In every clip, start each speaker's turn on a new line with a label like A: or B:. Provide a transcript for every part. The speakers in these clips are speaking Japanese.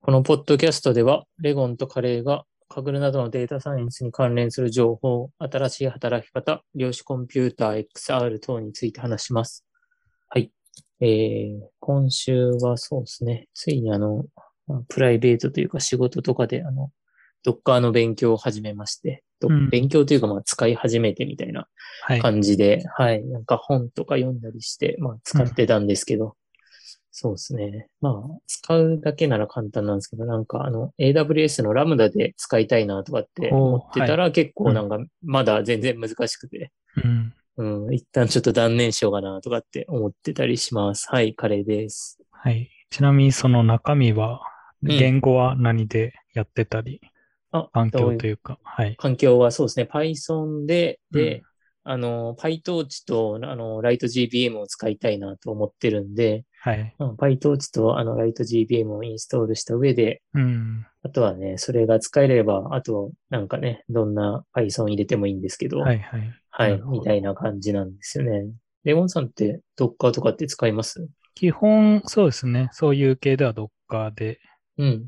A: このポッドキャストでは、レゴンとカレーが、カグルなどのデータサイエンスに関連する情報、新しい働き方、量子コンピューター、XR 等について話します。はい。えー、今週はそうですね、ついにあの、プライベートというか仕事とかで、あの、ドッカーの勉強を始めまして、ど
B: うん
A: 勉強というか、まあ、使い始めてみたいな
B: はい。
A: 感じで、はい、なんか本とか読んだりして、まあ使ってたんですけど、そうですね。まあ使うだけなら簡単なんですけど、なんかあの AWS のラムダで使いたいなとかって思ってたら結構なんかまだ全然難しくて、
B: うん。
A: うん、一旦ちょっと断念しようかなとかって思ってたりします。はい、カレーです。
B: はい。ちなみにその中身は、
A: うん
B: 言語は何でやってたり、
A: あ、
B: 環
A: どう
B: 境
A: いう
B: というか、はい。
A: 環境はそうですね、Python で、で、
B: うん
A: あの、PyTorch と、あの、LightGBM を使いたいなと思ってるんで、
B: はい。
A: うん、PyTorch とあの LightGBM をインストールした上で、
B: うん。
A: あとはね、それが使えれば、あとなんかね、どんな Python 入れてもいいんですけど、
B: はいはい。
A: はい
B: なるほど
A: みたいな感じなんですよね。レモンさんって Docker とかって使います
B: 基本、そうですね。そういう系では Docker で、
A: うん、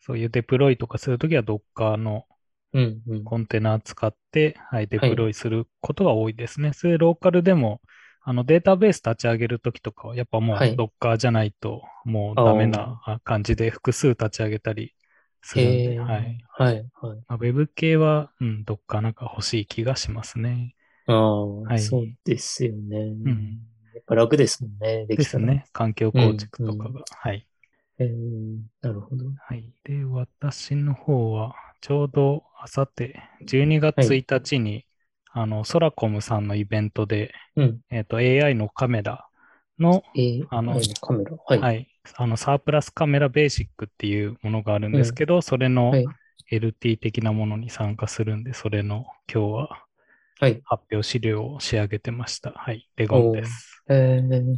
B: そういうデプロイとかするときは Docker の
A: うん、うん。
B: コンテナ使って、はい、デプロイすることが多いですね。それローカルでも、あのデータベース立ち上げるときとかは、やっぱもう
A: はい
B: Docker じゃないと、もうダメな感じで複数立ち上げたりするん
A: へ
B: で、
A: ー
B: はい。
A: はい、はい。
B: まあ、ウェブ系は、うん、どっかなんか欲しい気がしますね。
A: ああ、
B: い
A: そうですよね。
B: うん。
A: やっぱ楽ですもんね、で
B: で
A: きた
B: す
A: ら。
B: ね。環境構築とかが。
A: うんう
B: はい。
A: えーなるほど。
B: はい。で、私の方は、ちょうどあさって、12月
A: はい
B: 1日に、あの、ソラコムさんのイベントで、
A: うん。
B: えっ、と、AI のカメラの、
A: えー、
B: あの
A: はいカメラ。はい。。
B: はいい、あの、サープラスカメラベーシックっていうものがあるんですけど、それの
A: はい
B: LT 的なものに参加するんで、それの今日は
A: はい。
B: 発表資料を仕上げてました。はい。レゴンです。
A: えー、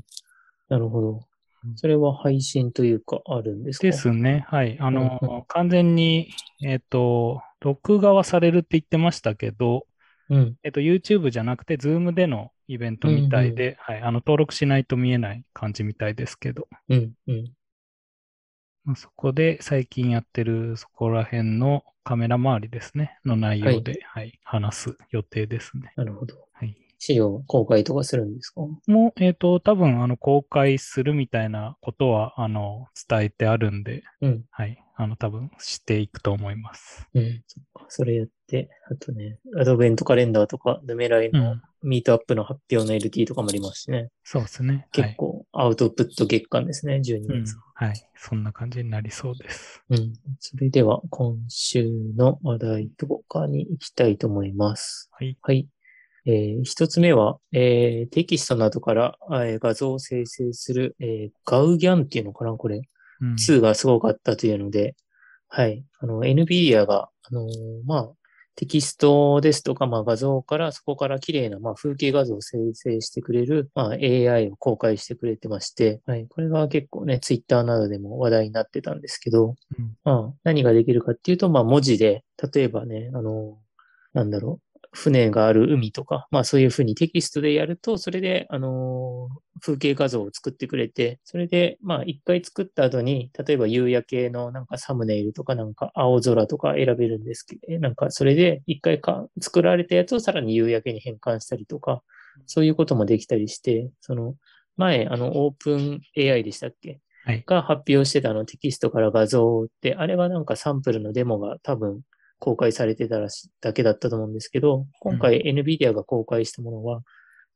A: なるほど
B: う。ん
A: それは配信というか、あるんですか
B: ですね。はい。あの、
A: うんう
B: 完全に、えっ、と、録画はされるって言ってましたけど、
A: うん。
B: えっ、と、YouTube じゃなくて、Zoom でのイベントみたいで、はい。あの、登録しないと見えない感じみたいですけど、
A: うん。うん。
B: まあそこで最近やってる、そこら辺のカメラ周りですね、の内容で、はい、話す予定ですね。
A: なるほど。
B: はい。
A: 資料公開とかするんですか
B: もう、えっ、と、多分、あの、公開するみたいなことは、あの、伝えてあるんで、
A: うん。
B: はい。あの、多分、していくと思います。
A: うん。そっか。それやって、あとね、アドベントカレンダーとか、ヌメライ
B: う
A: の
B: ん。
A: ミートアップの発表の LT とかもありますしね。
B: そうですね。は
A: 結
B: い。
A: 構アウトプット月間ですね、12
B: うん
A: 月。。
B: はい。そんな感じになりそうです。
A: うん。それでは、今週の話題とかに行きたいと思います。
B: はい。
A: はい。えー一つ目は、えーテキストなどから、えー画像を生成する、えーガウギャンっていうのかなこれ。
B: うん。
A: 2がすごかったというので、はい。あの、NVIDIA が、あのーまあ、テキストですとか、まあ、画像から、そこから綺麗な、まあ、風景画像を生成してくれる、まあ、AI を公開してくれてまして、はい。これが結構ね、Twitter などでも話題になってたんですけど、
B: うん
A: まあ、何ができるかっていうと、まあ、文字で、例えばね、あのーなんだろう。船がある海とか、まあそういうふうにテキストでやると、それで、あのー風景画像を作ってくれて、それで、まあ、一回作った後に、例えば夕焼けのなんかサムネイルとかなんか青空とか選べるんですけど、なんかそれで一回か作られたやつをさらに夕焼けに変換したりとか、そういうこともできたりして、その、前、あの、オープン AI でしたっけ
B: はい
A: が発表してたあのテキストから画像って、あれはなんかサンプルのデモが多分公開されてたらし、だけだったと思うんですけど、今回 NVIDIA が公開したものは、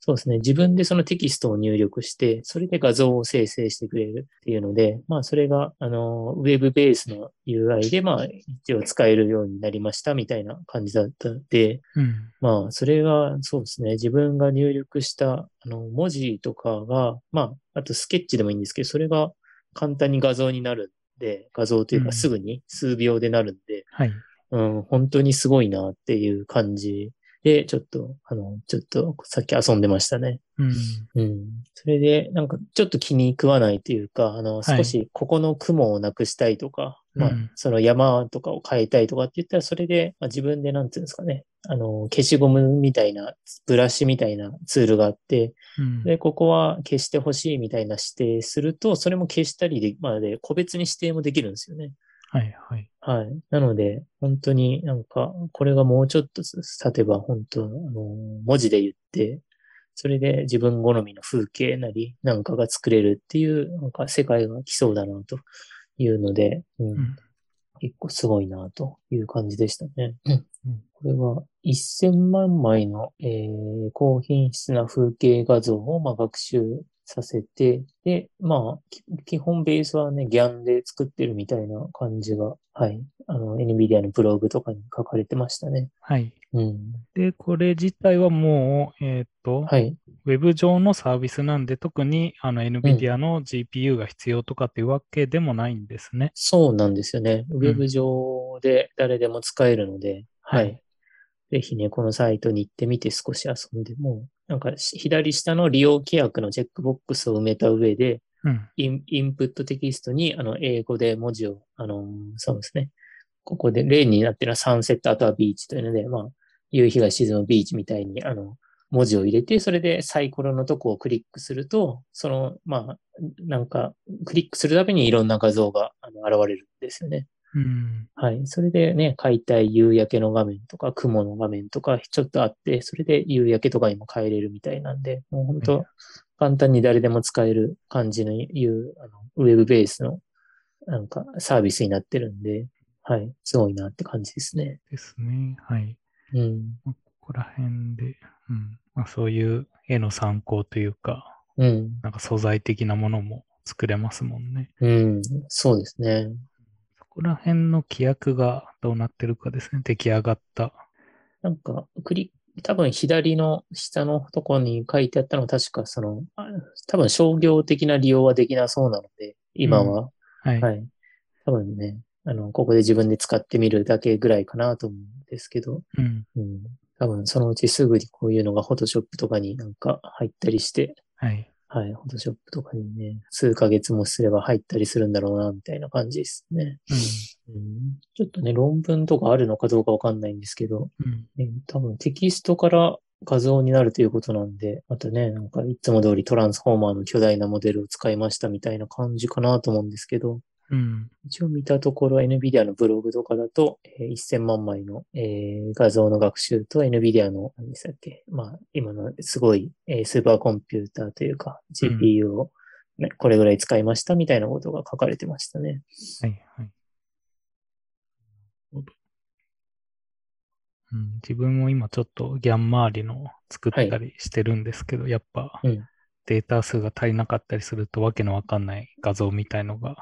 A: そうですね。自分でそのテキストを入力して、それで画像を生成してくれるっていうので、まあ、それが、あの、ウェブベースの UI で、まあ、一応使えるようになりましたみたいな感じだったんで、
B: うん。
A: まあ、それが、そうですね。自分が入力した、あの、文字とかが、まあ、あとスケッチでもいいんですけど、それが簡単に画像になるんで、画像という
B: う
A: か
B: ん
A: すぐに数秒でなるんで、
B: はい。
A: うん、本当にすごいなっていう感じで、ちょっと、あの、ちょっとさっき遊んでましたね。
B: うん。
A: うん。それで、なんか、ちょっと気に食わないというか、あの、
B: はい
A: 少しここの雲をなくしたいとか、まあ
B: うん、
A: その山とかを変えたいとかって言ったら、それで、まあ、自分で、なんていうんですかね、あの、消しゴムみたいな、ブラシみたいなツールがあって、
B: うん。
A: で、ここは消してほしいみたいな指定すると、それも消したりで、まあ、で、個別に指定もできるんですよね。
B: はいはい。
A: はい。なので、本当になんか、これがもうちょっと経てば、本当、あの、文字で言って、それで自分好みの風景なりなんかが作れるっていう、なんか世界が来そうだなというので、うん
B: うん
A: 結構すごいなという感じでしたね。
B: うん
A: これは1000万枚の、えー高品質な風景画像をまあ学習させて、で、まあ、き基本ベースはね、ギャンで作ってるみたいな感じが、はい、あの、NVIDIA のブログとかに書かれてましたね。
B: はい。
A: うん。
B: で、これ自体はもう、えっ、と、
A: はい。
B: ウェブ上のサービスなんで、特にあの NVIDIA の GPU が必要とかっていうわけでもないんですね。
A: そうなんですよね。ウェブ上で誰でも使えるので、は
B: はい
A: い。ぜひね、このサイトに行ってみて少し遊んでも、なんかし左下の利用規約のチェックボックスを埋めた上で、
B: うん。
A: インインプットテキストにあの英語で文字を、あのそうですね。ここで例になってるのはサンセット、あとはビーチというので、まあ、夕日が沈むビーチみたいに、あの、文字を入れて、それでサイコロのとこをクリックすると、その、まあ、なんか、クリックするたびにいろんな画像があの現れるんですよね。
B: うん。
A: はい。それでね、解体、夕焼けの画面とか、雲の画面とか、ちょっとあって、それで夕焼けとかにも変えれるみたいなんで、もう本
B: はい
A: 当、簡単に誰でも使える感じのいう、あのウェブベースの、なんか、サービスになってるんで、はい。すごいなって感じですね。
B: ですね。はい。
A: うん。
B: まあここら辺で、うん。まあ、そういう絵の参考というか、
A: うん。
B: なんか素材的なものも作れますもんね。
A: うん。そうですね。
B: そこら辺の規約がどうなってるかですね。出来上がった。
A: なんか、クリ多分左の下のところに書いてあったのは確かその、あ多分商業的な利用はできなそうなので、今は、
B: はい。
A: はい。多分ね、あの、ここで自分で使ってみるだけぐらいかなと思うんですけど、
B: うん。
A: うん。多分そのうちすぐにこういうのが Photoshop とかになんか入ったりして、
B: はい。
A: はい、Photoshop とかにね、数ヶ月もすれば入ったりするんだろうな、みたいな感じですね。うん、ちょっとね、論文とかあるのかどうかわかんないんですけど、
B: うん。うん。
A: ね、多分テキストから画像になるということなんで、またね、なんかいつも通りトランスフォーマーの巨大なモデルを使いましたみたいな感じかなと思うんですけど、
B: うん。
A: 一応見たところ NVIDIA のブログとかだと、えー1000万枚の、えー画像の学習と NVIDIA の何でしたっけ、まあ、今のすごい、えースーパーコンピューターというか
B: うん
A: GPU を、ねこれぐらい使いましたみたいなことが書かれてましたね。
B: はいはい。うん、自分も今ちょっとギャン周りの作ったりしてるんですけど、やっぱ
A: うん
B: データ数が足りなかったりするとわけのわかんない画像みたいのが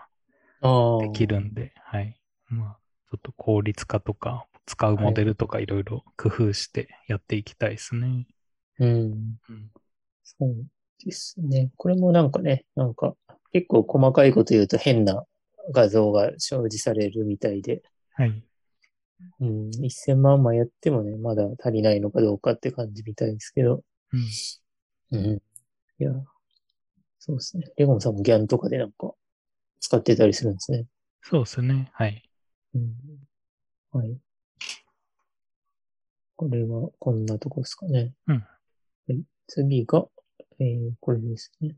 A: あ
B: できるんで、はい。まあ、ちょっと効率化とか、使うモデルとかいろいろ工夫してやっていきたいですね。
A: うん。
B: うん
A: そうですね。これもなんかね、なんか結構細かいこと言うと変な画像が表示されるみたいで、
B: はい。
A: うん、1000万枚やってもね、まだ足りないのかどうかって感じみたいですけど。
B: うん
A: うん。いや、そうですね。レゴンさんもギャンとかでなんか使ってたりするんですね。
B: そうですね。はい。
A: うん。はい。これはこんなとこですかね。
B: うん
A: はい、次が、えー、これですね。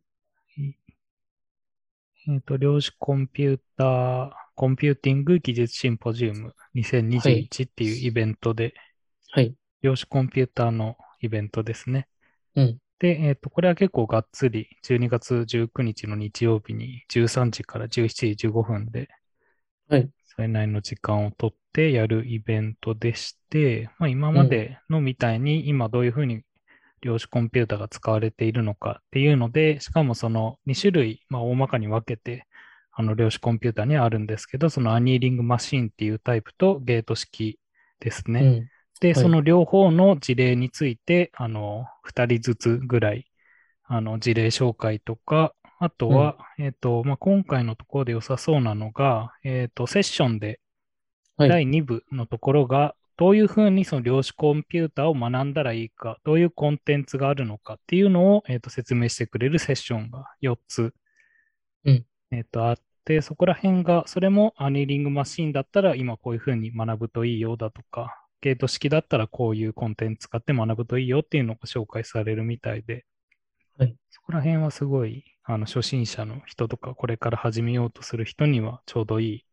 B: えっ、と、量子コンピューター、コンピューティング技術シンポジウム2021っていうイベントで、
A: はい。
B: 量子コンピューターのイベントですね。
A: うん
B: で、えっ、と、これは結構がっつり、12月19日の日曜日に13時から17時15分で、
A: はい
B: それなりの時間をとってやるイベントでして、まあ、今までのみたいに、今どういうふうに量子コンピューターが使われているのかっていうので、しかもその2種類、まあ、大まかに分けて、あの量子コンピューターにはあるんですけど、そのアニーリングマシンっていうタイプとゲート式ですね。
A: うん。
B: で、
A: い
B: その両方の事例について、あの、二人ずつぐらい、あの、事例紹介とか、あとは、えっ、と、まあ、今回のところで良さそうなのが、えっ、と、セッションで、
A: はい
B: 第2部のところが、どういうふうにその量子コンピューターを学んだらいいか、どういうコンテンツがあるのかっていうのを、えっ、と、説明してくれるセッションが4つ、
A: うん
B: えっ、と、あって、そこら辺が、それもアニーリングマシンだったら、今こういうふうに学ぶといいよだとか、ゲート式だったらこういうコンテンツ使って学ぶといいよっていうのが紹介されるみたいで、
A: はい
B: そこら辺はすごいあの初心者の人とかこれから始めようとする人にはちょうどいい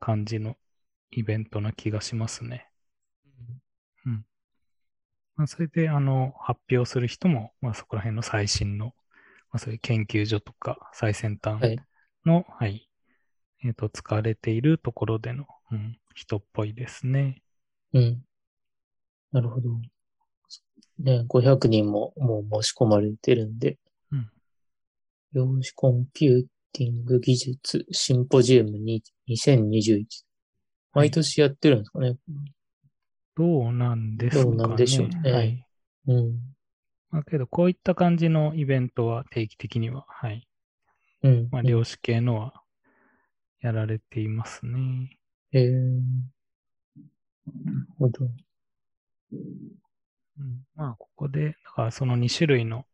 B: 感じのイベントな気がしますね。うん。まあ、それで、あの、発表する人も、まあ、そこら辺の最新の、まあ、そういう研究所とか最先端
A: はい
B: の、はい、えっ、と、使われているところでの、うん、人っぽいですね。
A: うん。なるほど。ね、500人ももう申し込まれてるんで。
B: うん。
A: 量子コンピューティング技術シンポジウムに2021。
B: はい
A: 毎年やってるんですかね。
B: どうなんですかね。
A: どうなんでしょうね
B: はい。
A: うん。
B: まあ、けど、こういった感じのイベントは定期的には、はい。
A: うん。
B: まあ、量子系のはやられていますね。
A: えー、なるほど。
B: うん、まあ、ここで、だからその2種類の、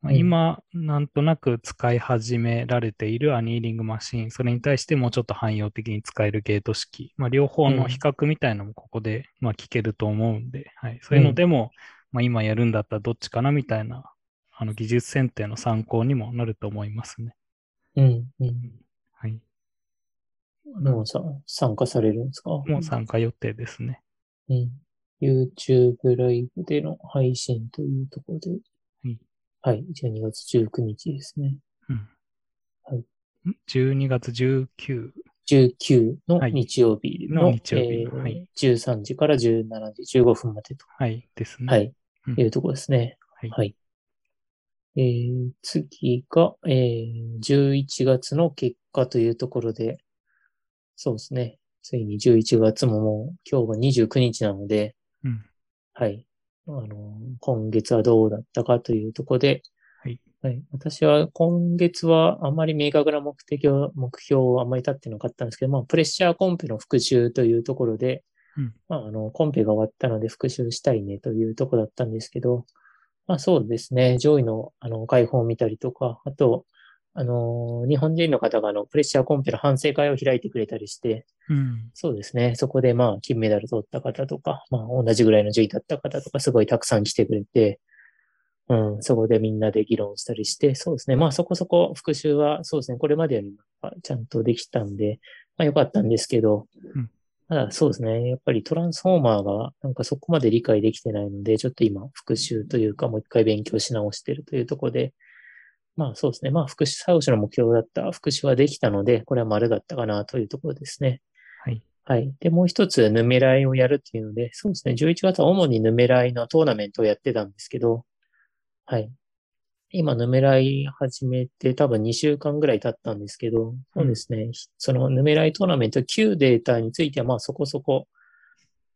B: まあ、
A: うん
B: 今、なんとなく使い始められているアニーリングマシン、それに対してもうちょっと汎用的に使えるゲート式、まあ、両方
A: う
B: の
A: ん
B: 比較みたいのもここで、まあ、聞けると思うんで、はい、そういうのでも、まあ、今やるんだったらどっちかなみたいな、あの技術選定の参考にもなると思いますね。
A: うん、うん。
B: はい、
A: ノンさん、参加されるんですか
B: もう参加予定ですね。
A: うん。YouTube ライブでの配信というところで。
B: い
A: はい。12月19日ですね。
B: うん
A: はい
B: ん12月19、
A: 19の
B: はい
A: 日曜日の,、
B: の日曜日のはい
A: 13時から17時15分までと、
B: はい、ですね。
A: はい、
B: うん
A: いうところですね。
B: はい
A: えー次が、えー11月の結果というところで、そうですね。ついに11月ももう今日が29日なので、
B: うん
A: はい。あの、今月はどうだったかというところで、
B: はい。
A: 私は今月はあまり明確な目的を、目標をあまり立ってなかったんですけど、まあ、プレッシャーコンペの復習というところで、
B: うん
A: まあ、あの、コンペが終わったので復習したいねというところだったんですけど、まあそうですね、上位の、あの、解放を見たりとか、あと、あの、日本人の方があの、プレッシャーコンペの反省会を開いてくれたりして、
B: うん
A: そうですね。そこでまあ、金メダル取った方とか、まあ、同じぐらいの順位だった方とか、すごいたくさん来てくれて、うん、そこでみんなで議論したりして、そうですね。まあ、そこそこ復習は、そうですね。これまでよりもやっぱちゃんとできたんで、まあ、良かったんですけど
B: うん、
A: ただそうですね。やっぱりトランスフォーマーが、なんかそこまで理解できてないので、ちょっと今、復習というか、もう一回勉強し直してるというところで、まあそうですね。まあ、復習、最後の目標だった復習はできたので、これは丸だったかなというところですね。
B: はい。
A: はい。で、もう一つ、ヌメライをやるっていうので、そうですね、11月は主にヌメライのトーナメントをやってたんですけど、はい。今、ヌメライ始めて多分2週間ぐらい経ったんですけど、そうですね、そのヌメライトーナメント旧データについては、まあそこそこ、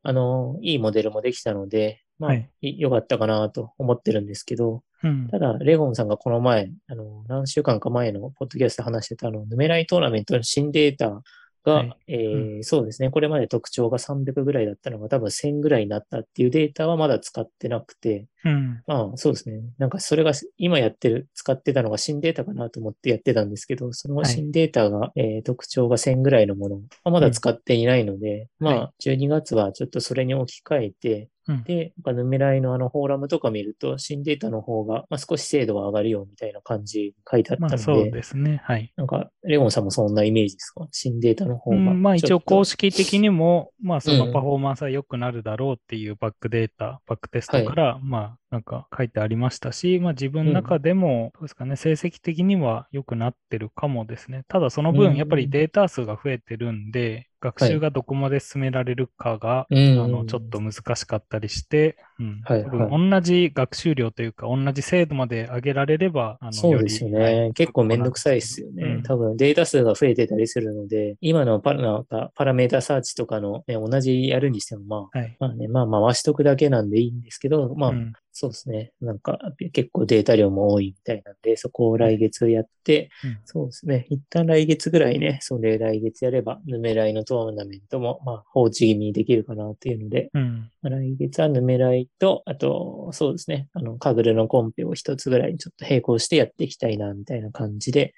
A: あの、いいモデルもできたので、まあ、
B: はい
A: い良かったかなと思ってるんですけど、
B: うん
A: ただ、レゴンさんがこの前、あの、何週間か前のポッドキャストで話してた、あの、ヌメライトーナメントの新データが、
B: はい
A: えーそうですね、これまで特徴が300ぐらいだったのが多分1000ぐらいになったっていうデータはまだ使ってなくて、
B: うん。
A: まあそうですね、なんかそれが今やってる、使ってたのが新データかなと思ってやってたんですけど、その
B: はい
A: 新データが、えー特徴が1000ぐらいのもの、まあまだ使っていないので、
B: うん
A: ま
B: は
A: あ12月はちょっとそれに置き換えて、
B: うん
A: で、なんかヌメライのあのフォーラムとか見ると、新データの方が、まあ、少し精度が上がるよみたいな感じ書いてあった
B: ま
A: の
B: あ
A: で、
B: そうですね。はい。
A: なんか、レゴンさんもそんなイメージですか新データの方
B: う
A: が。
B: ん、まあ一応公
A: 式。
B: 式的にも、まあその
A: うん
B: パフォーマンスは良くなるだろうっていうバックデータ、バックテストから、まあなんか書いてありましたし、まあ自分の中でも、どうですかね、成績的には良くなってるかもですね。ただその
A: う
B: 分、
A: ん
B: やっぱりデータ数が増えてるんで、学習がどこまで進められるかが、
A: うん
B: あの、ちょっと難しかったりして、うん。
A: はい
B: 多分同じ学習量というか、同じ精度まで上げられれば、あの、
A: そう
B: よ
A: で
B: り
A: すよ
B: は
A: ね。結構めんどくさいですよね。
B: うん
A: 多分データ数が増えてたりするので、今のパラなんかパラメータサーチとかの、ね、同じやるにしても、まあ、
B: はい。
A: まあね、まあ回しとくだけなんでいいんですけど、まあ、
B: うん
A: そうですね。なんか結構データ量も多いみたいなんで、そこを来月やって、
B: うん
A: そうですね。一旦来月ぐらいね、それ来月やれば、ヌメライのトーナメントも、まあ、放置気味にできるかなっていうので、
B: うん。
A: まあ来月はヌメライと、あと、そうですね、あの、カグルのコンペを一つぐらいにちょっと並行してやっていきたいな、みたいな感じで、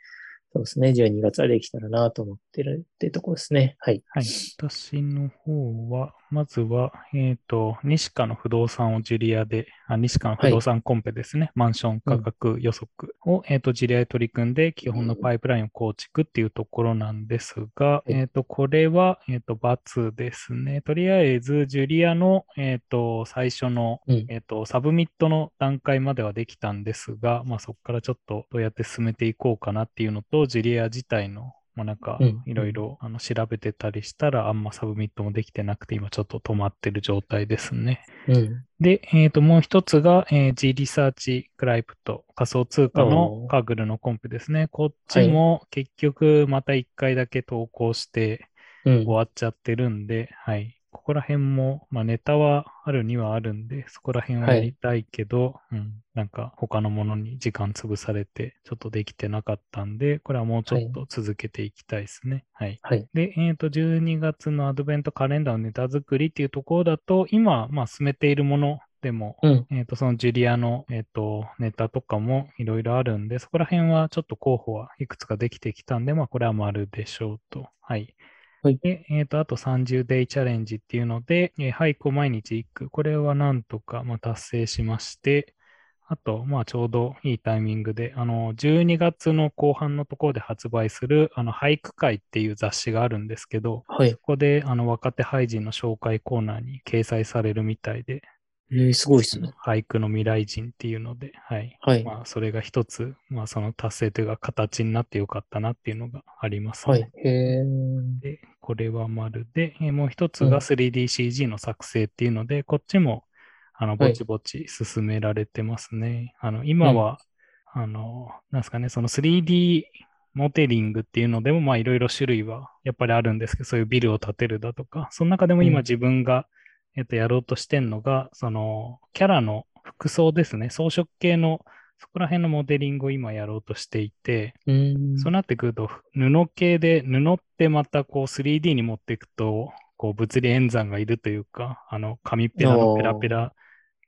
A: そうですね、12月はできたらなと思ってってるってとこですね。はい。
B: はい。私の方は、まずは、えっ、と、西川の不動産をジュリアで、あ、西川の不動産コンペですね。マンション価格予測を、えっ、と、ジュリアで取り組んで、基本のパイプラインを構築っていうところなんですが、
A: い
B: えっ、と、これは、えっ、と、×ですね。とりあえず、ジュリアの、えっ、と、最初の、
A: うん
B: えっ、と、サブミットの段階まではできたんですが、まあ、そこからちょっとどうやって進めていこうかなっていうのと、ジュリア自体の、まあ、なんか
A: うん、
B: いろいろ、あの、調べてたりしたら、あんまサブミットもできてなくて、今ちょっと止まってる状態ですね。
A: うん。
B: で、えっ、と、もう一つが、えー G リサーチクライプと仮想通貨
A: おー
B: のカグルのコンペですね。こっちも結局また一回だけ投稿して
A: うん
B: 終。わっちゃってるんで、はい。ここら辺も、まあネタはあるにはあるんで、そこら辺は
A: はい
B: やりたいけど、うん、なんか他のものに時間潰されて、ちょっとできてなかったんで、これはもうちょっと続けていきたいですね。はい。
A: はい。
B: で、えっ、と、12月のアドベントカレンダーのネタ作りっていうところだと、今、まあ、進めているものでも、
A: うん。
B: えっ、と、そのジュリアの、えっ、と、ネタとかもいろいろあるんで、そこら辺はちょっと候補はいくつかできてきたんで、まあ、これは丸でしょうと。はい。
A: はい
B: で、えっ、と、あと30デイチャレンジっていうので、えー、俳句を毎日1句。これはなんとか、まあ、達成しまして、あと、まあ、ちょうどいいタイミングで、あの、12月の後半のところで発売する、あの、俳句会っていう雑誌があるんですけど、
A: はい。
B: ここで、あの、若手俳人の紹介コーナーに掲載されるみたいで、
A: えー、すごいですね。
B: 俳句の未来人っていうので、はい。
A: はい。
B: まあ、それが一つ、まあ、その達成というか、形になってよかったなっていうのがあります、
A: はい。へえ。
B: で、これは丸で、えーもう一つ
A: うん
B: が 3DCG の作成っていうので、こっちも、あの、
A: はい
B: ぼちぼち進められてますね。あの、今は、あの、なんですかね、その 3D モデリングっていうのでも、まあ、いろいろ種類はやっぱりあるんですけど、そういうビルを建てるだとか、その中でも
A: うん
B: 今自分が、えっと、やろうとしてんのが、その、キャラの服装ですね、装飾系の、そこら辺のモデリングを今やろうとしていて、
A: うーん。
B: そうなってくると、布系で、布ってまたこう 3D に持っていくと、こう物理演算がいるというか、あの紙ペラのペラペラ、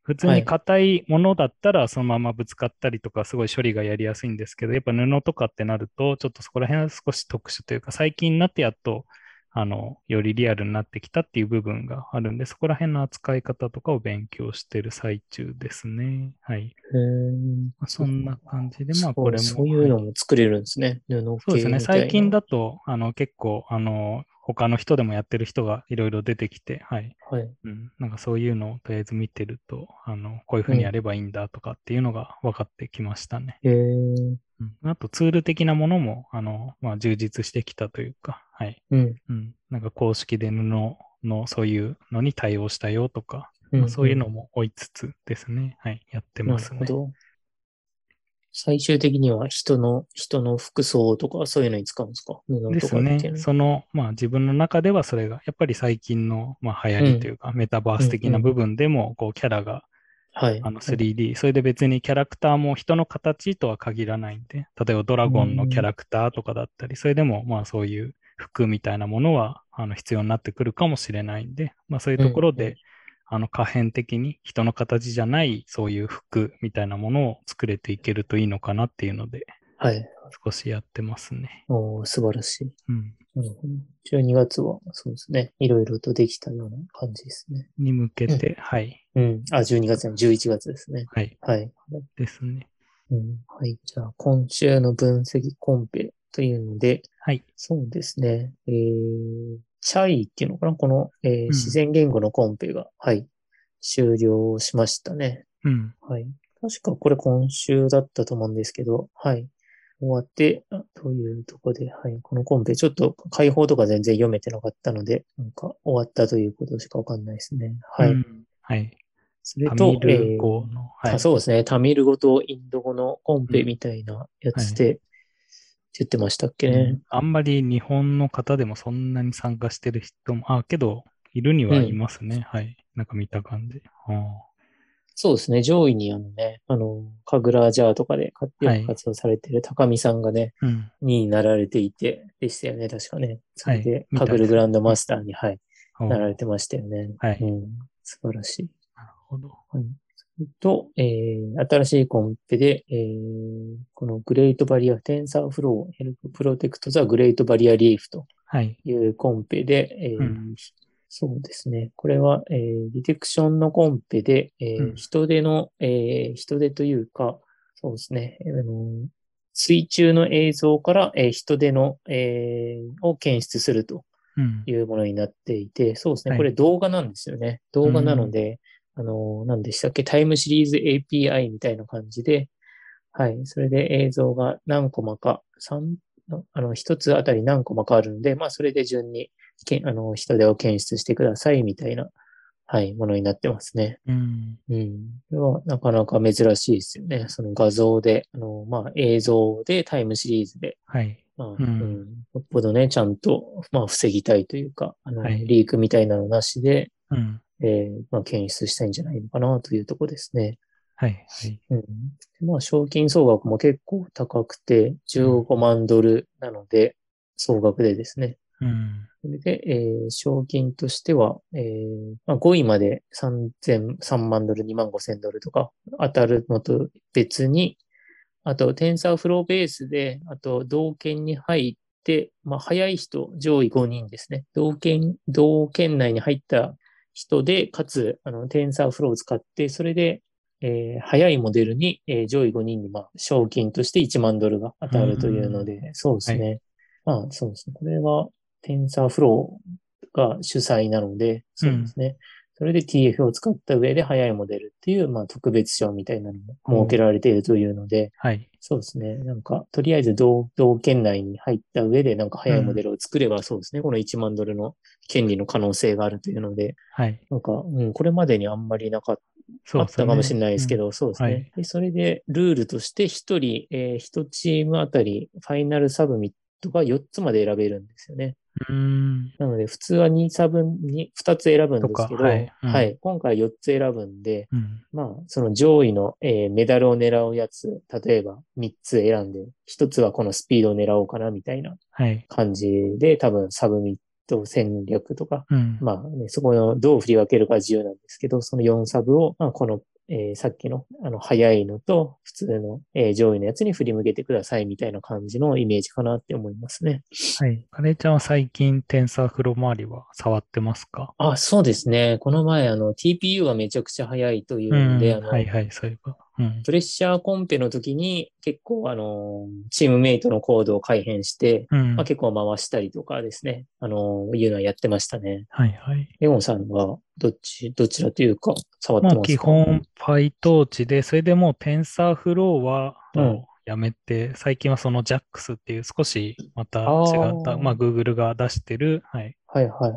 B: 普通
A: は
B: に
A: い
B: 硬いものだったらそのままぶつかったりとか、すごい処理がやりやすいんですけど、やっぱ布とかってなると、ちょっとそこら辺は少し特殊というか、最近になってやっと、あの、よりリアルになってきたっていう部分があるんで、そこら辺の扱い方とかを勉強してる最中ですね。はい。
A: へー
B: まあそんな感じで、ま
A: そ
B: あ
A: う
B: これも。
A: そういう
B: はい
A: のも作れるんですね。布系み
B: そうですね。最近
A: だ。
B: だと、あの、結構、あの、他の人でもやってる人がいろいろ出てきて、はい。
A: はい。
B: うん。なんかそういうのをとりあえず見てると、あの、こういうふうにやればいいんだとかっていうのが分かってきましたね。
A: へー
B: うん。あとツール的なものも、あの、まあ、充実してきたというか、はい。
A: うん。
B: うん。なんか公式で布のそういうのに対応したよとか、
A: う
B: ま
A: ん
B: あ、そういうのも追いつつですね。はい。やってますね
A: なる。ほど。最終的には人の、人の服装とか、そういうのに使うんですか布
B: で
A: と
B: す
A: かっていう
B: ね。
A: の
B: その、まあ自分の中ではそれが、やっぱり最近の、まあ、流行りというか、メタバース的な部分でも、こう、キャラが、
A: はい。
B: あの 3D、それで別にキャラクターも人の形とは限らないんで、例えばドラゴンのキャラクターとかだったり、それでも、まあそういう服みたいなものは、あの、必要になってくるかもしれないんで、まあそういうところ
A: うんう
B: で、あの、可変的に人の形じゃない、そういう服みたいなものを作れていけるといいのかなっていうので、
A: はい。
B: 少しやってますね。
A: おー素晴らしい。
B: うん。
A: なるほど12月は、そうですね。いろいろとできたような感じですね。
B: に向けて、はい。
A: うん。あ、12月じゃない、11月ですね。
B: はい、
A: はい。
B: ですね。
A: うん。はい。じゃあ、今週の分析コンペというので、
B: はい。
A: そうですね。えー、チャイっていうのかなこの、えー
B: ん
A: 自然言語のコンペが、はい、終了しましたね。
B: うん。
A: はい。確かこれ今週だったと思うんですけど、はい。終わって、あというとこで、はい。このコンペ、ちょっと解放とか全然読めてなかったので、なんか終わったということしかわかんないですね。はい。
B: うんはい。
A: それ
B: タ
A: と
B: ミ、ル語の、
A: えー
B: はい。
A: そうですね。タミル語とインド語のコンペみたいなやつで、って言ってましたっけね。
B: うんあんまり日本の方でもそんなに参加してる人も、あ、けど、いるにはいますね。はい。なんか見た感じ。あ
A: そうですね、上位にあのね、あの、神楽ジャーとかで活よく活動されてる高見さんがね、
B: ーうん。
A: 2位になられていて、でしたよね、確かね。それで、
B: みた
A: カ
B: い
A: グ
B: です
A: ルグランドマスターに、はい、
B: あー
A: な
B: な
A: ら
B: る
A: れてましたよね。
B: はい
A: うん、素晴らしい。
B: ほど。
A: はい。それと、えー、新しいコンペで、えー、このグレートバリア、テンサーフロー、ヘルププロテクトザグレートバリアリーフと
B: はい。
A: いうコンペで、えー
B: うん
A: そうですね。これは、えーディテクションのコンペで、えー
B: うん
A: 人手の、えー人手というか、そうですね。あの水中の映像から、えー人手の、えーを検出すると
B: うん。
A: いうものになっていて、そうです
B: は
A: ね。
B: い
A: これ動画なんですよね。動画なので、あの、何でしたっけ、タイムシリーズ API みたいな感じで、はい。それで映像が何コマか、三、あの、一つあたり何コマかあるんで、まあ、それで順に、けあの、人手を検出してください、みたいな、はい、ものになってますね。
B: うん。
A: うん。これはなかなか珍しいですよね。その画像で、あの、まあ、映像でタイムシリーズで
B: はい。
A: まあ、
B: う
A: うんん。よっぽどね、ちゃんと、まあ、防ぎたいというか、あの、
B: はい
A: リークみたいなのなしで、
B: うん。
A: えーまあ、検出したいんじゃないのかなというとこですね。
B: はい。はい。
A: うん。まあ、賞金総額も結構高くて、15万ドルなので、総額でですね。
B: うん。
A: それで、えー賞金としては、えーまあ、5位まで3000、3万ドル、2万5千ドルとか当たるのと別に、あと、テンサーフローベースで、あと、同県に入って、まあ、早い人、上位5人ですね。同県、同県内に入った人で、かつ、あの、テンサーフローを使って、それで、えー早いモデルに、えー上位5人に、まあ、賞金として1万ドルが当たるというので、そうですね。まあ、そうですね。これは、テンサーフローが主催なので、そうですね。それで TF を使った上で早いモデルっていう、まあ、特別賞みたいなのも設けられているというので、
B: はい。
A: そうですね。なんか、とりあえず同、同県内に入った上で、なんか早いモデルを作れば、そうですね。この1万ドルの権利の可能性があるというので、
B: はい。
A: なんか、うん、これまでにあんまりなかっ
B: そう
A: あったかもしれないですけ
B: ど。
A: ど、そうですね。
B: はい
A: でそれで、ルールとして1人、え1チームあたり、ファイナルサブミットが4つまで選べるんですよね。
B: うん。
A: なので、普通は2差分に2つ選ぶんです
B: と
A: け
B: か
A: ど、
B: は
A: はいい、
B: うん
A: 今回4つ選ぶんで、
B: うん。
A: まあ、その上位の、えーメダルを狙うやつ、例えば3つ選んで、1つはこのスピードを狙おうかなみたいな
B: はい。
A: 感じで、多分サブミット戦略とか、
B: うん。
A: まあ、ね、そこのどう振り分けるかは自由なんですけど、その4サブを、まあ、この、えーさっきの、あの、早いのと、普通の、えー上位のやつに振り向けてくださいみたいな感じのイメージかなって思いますね。
B: はい。カレーちゃんは最近、テンサーフロー周りは触ってますか
A: あ、そうですね。この前、あの、TPU がめちゃくちゃ早いという
B: う
A: ので、あ
B: ん。
A: の、
B: はいはい、そういえば。うん。
A: プレッシャーコンペの時に、結構、あの、チームメイトのコードを改変して、
B: うん。
A: まあ、
B: はい
A: 結構回したりとかですね、あの、いうのはやってましたね。
B: はい。
A: レオンさんは、どっち、どちらというか、触って
B: ま
A: ま
B: あ
A: すか
B: 基本、PyTorch で、それでもう TensorFlow は
A: うん
B: もうやめて、最近はその JAX っていう少しまた違
A: あ
B: った、
A: ー
B: まあ Google が出してる、はい、
A: はいはい。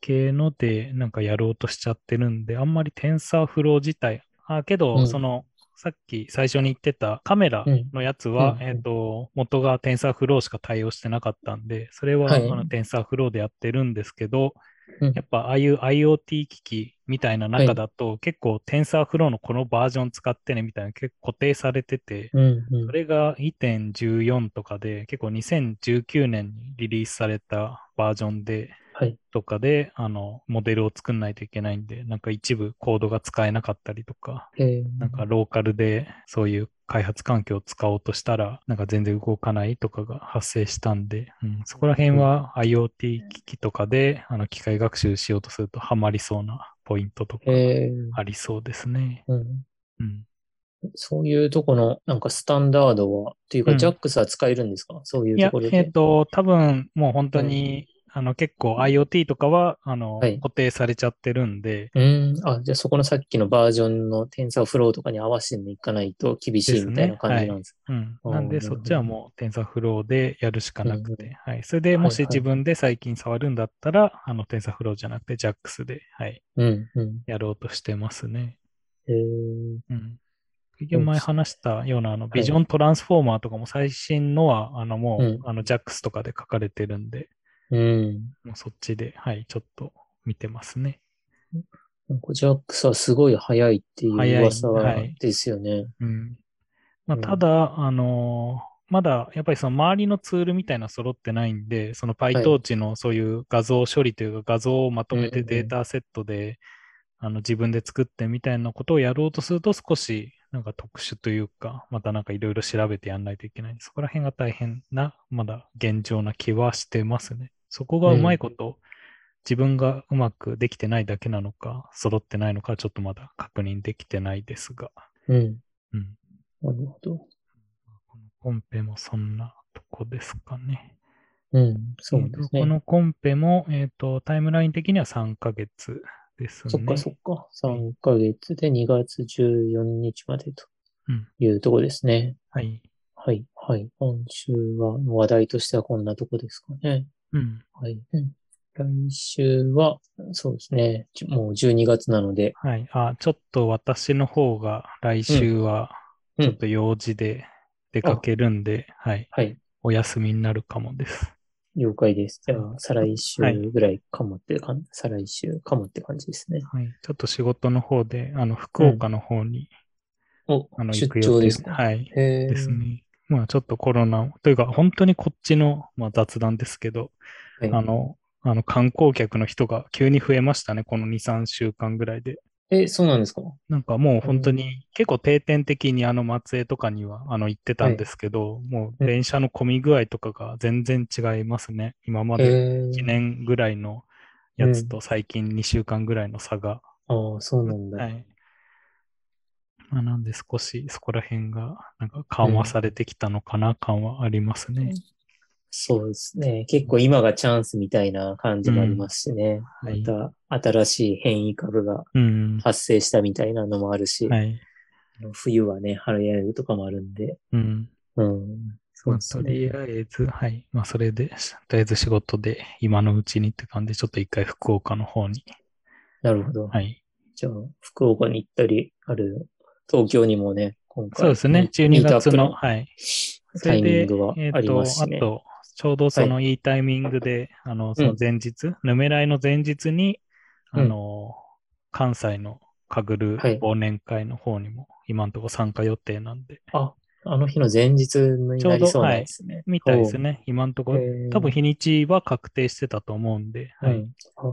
B: 系のでなんかやろうとしちゃってるんで、あんまり TensorFlow 自体、あけど、
A: うん
B: その、さっき最初に言ってたカメラのやつは、
A: うん
B: えっ、と、元が TensorFlow しか対応してなかったんで、それは、
A: はい
B: あの TensorFlow でやってるんですけど、
A: うん
B: やっぱああいう IoT 機器みたいな中だと、結構 TensorFlow のこのバージョン使ってねみたいな結構固定されてて、
A: うんうん
B: それが1.14とかで、結構2019年にリリースされたバージョンで、
A: はい
B: とかで、あの、モデルを作んないといけないんで、なんか一部コードが使えなかったりとか、
A: えー
B: なんかローカルでそういう開発環境を使おうとしたら、なんか全然動かないとかが発生したんで、うん、そこら辺は IoT 機器とかで、あの、機械学習しようとするとハマりそうなポイントとか
A: えー
B: ありそうですね。
A: うん、
B: うん。
A: そういうとこの、なんかスタンダードは、という
B: う
A: か、
B: ん
A: ジャックスは使えるんですか、そういう
B: い
A: と
B: や
A: ころ、
B: えっ、
A: で。
B: と、多分もう本当に、あの、結構 IoT とかは、あの、
A: はい
B: 固定されちゃってるんで、
A: うん。あ、じゃあそこのさっきのバージョンの TensorFlow とかに合わせにいかないと厳しいみたいな感じなんです。
B: うん。
A: あー
B: なんで、
A: なるほ
B: そ
A: ど
B: っちはもう TensorFlow でやるしかなく
A: うん
B: て、はい。それでもし
A: はいはい
B: 自分で最近触るんだったら、あの TensorFlow じゃなくて JAX で、はい、
A: うん、うん。
B: やろうとしてますね。
A: えー
B: うん。結局前話したような、あの、
A: はい
B: ビジョントランスフォーマーとかも最新のは、あの、も
A: うん
B: う、あの、JAX とかで書かれてるんで、
A: うん。
B: もうそっちで、はい、ちょっと見てますね。
A: なんかジャックスはすごい早いっていう噂
B: 早いはい
A: ですよね。
B: うん。まあ、
A: うん
B: ただ、あのーまだやっぱりその周りのツールみたいな揃ってないんで、その PyTorch のそういう画像処理というか画像をまとめ
A: うんうん
B: て
A: うん
B: データセットで、あの自分で作ってみたいなことをやろうとすると少しなんか特殊というか、またなんかいろいろ調べてやんないといけない。そこら辺が大変な、まだ現状な気はしてますね。そこがうまいこと、自分がうまくできてないだけなのか、揃ってないのか、ちょっとまだ確認できてないですが。
A: うん。
B: うん。
A: なるほど。
B: このコンペもそんなとこですかね。
A: うん。そうです
B: えーとこ
A: ね。
B: のコンペも、えっ、と、タイムライン的には3ヶ月ですね。
A: そっかそっか。3ヶ月で2月14日までと
B: うん
A: いうとこですね。
B: はい。
A: はい。はい。今週は、話題としてはこんなとこですかね。
B: うん。
A: はい。うん来週は、そうですね。じもう12月なので、
B: はい。あ、ちょっと私の方が来週は、
A: うん
B: ちょっと用事で出かけるんで、はい。
A: はい。
B: お休みになるかもです。
A: 了解です。じゃあ、再来週
B: はい
A: ぐらいかもってかん、再来週かもって感じですね。
B: はい。ちょっと仕事の方で、あの、福岡の方に、
A: お
B: あ、の、
A: 出
B: 行く予
A: 張
B: 定
A: ですね。
B: はい。
A: へー
B: ですね。まあちょっとコロナ、というか本当にこっちの、まあ、雑談ですけど、
A: はい
B: あの、あの観光客の人が急に増えましたね、この2、3週間ぐらいで。
A: え、そうなんですか
B: なんかもう本当に、結構定点的にあの松江とかにはあの行ってたんですけど、もう電車の混み具合とかが全然違いますね。今まで
A: へー
B: 1年ぐらいのやつと最近2週間ぐらいの差が。
A: ああ、そうなんだ。
B: はい。まあ、なんで少しそこら辺がなんか緩和されてきたのかな感はありますね。
A: そうですね。結構今がチャンスみたいな感じもありますしね。
B: うんはい
A: また新しい変異株が
B: うん。
A: 発生したみたいなのもあるし、
B: はい。
A: あの冬はね、春やるとかもあるんで。
B: うん。
A: うん。そう
B: まあ、
A: です
B: とり
A: ね。
B: あえず、はい。まあ、それで、とりあえず仕事で今のうちにって感じで、ちょっと一回福岡の方に。
A: なるほど。
B: はい。
A: じゃあ、福岡に行ったり、ある、東京にもね、今回。
B: そうですね。
A: ミ
B: 12
A: ートアップ
B: 月の、はい。そ
A: タ
B: れ
A: イミン
B: で
A: グは、
B: えっ、
A: あり
B: と、
A: ま
B: あ
A: すしね。
B: と、ちょうどそのいいタイミングで、あの、その前日、ヌメライの前日に、
A: うん
B: あの、関西のかぐる
A: はい
B: 忘年会の方にも、今のところ参加予定なんで、
A: あの日の前日になりそうなんですね。
B: みたいですね。今のとこ
A: おう。
B: ろ、
A: へー
B: 多分日にちは確定してたと思うんで、
A: は
B: はいい。。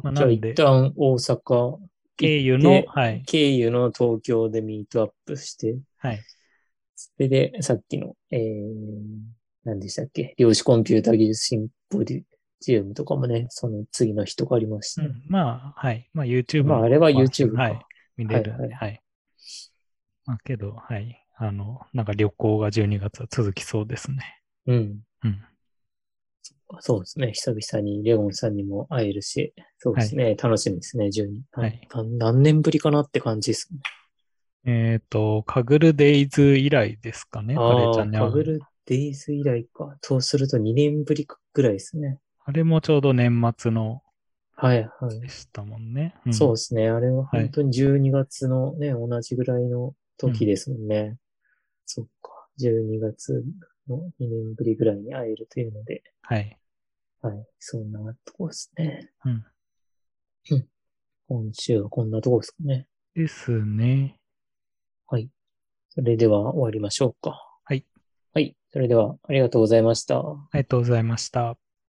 B: ま
A: あ
B: あ
A: じゃあ
B: なんで
A: 一旦大阪、
B: 経由
A: 行
B: の
A: って、
B: はい。
A: 経由の東京でミートアップして、
B: はい。
A: それでさっきの、えー、何でしたっけ、量子コンピュータ技術シンポジウムとかもね、その次の日とかありまし
B: う
A: たね。
B: ん、まあ、はい。まあ、YouTube
A: まああれは YouTube か
B: はい。見れるんで、
A: は
B: はいい、
A: は
B: まあ、けど、はい。あの、なんか旅行が12月は続きそうですね。
A: うん。
B: うん。
A: そうですね。久々にレゴンさんにも会えるし、そうですね。楽しみですね、12。
B: はい
A: な何年ぶりかなって感じですね。
B: えっ、と、カグルデイズ以来ですかね、カレ
A: あ
B: ーちゃ
A: あ
B: ん
A: ー、
B: に会う
A: パ
B: の
A: グルデイズ以来か。とすると2年ぶりぐらいですね。
B: あれもちょうど年末の
A: はいはい。
B: でしたもんね。うん
A: そうですね。あれは本当に12月のね、同じぐらいの時ですもんね。そっか。12月の2年ぶりぐらいに会えるというので、
B: はい。
A: はい。そんなとこですね。
B: うん
A: 今週はこんなとこですかね。
B: ですね。
A: はい。それでは終わりましょうか。
B: はい。
A: はい。それではありがとうございました。
B: ありがとうございました。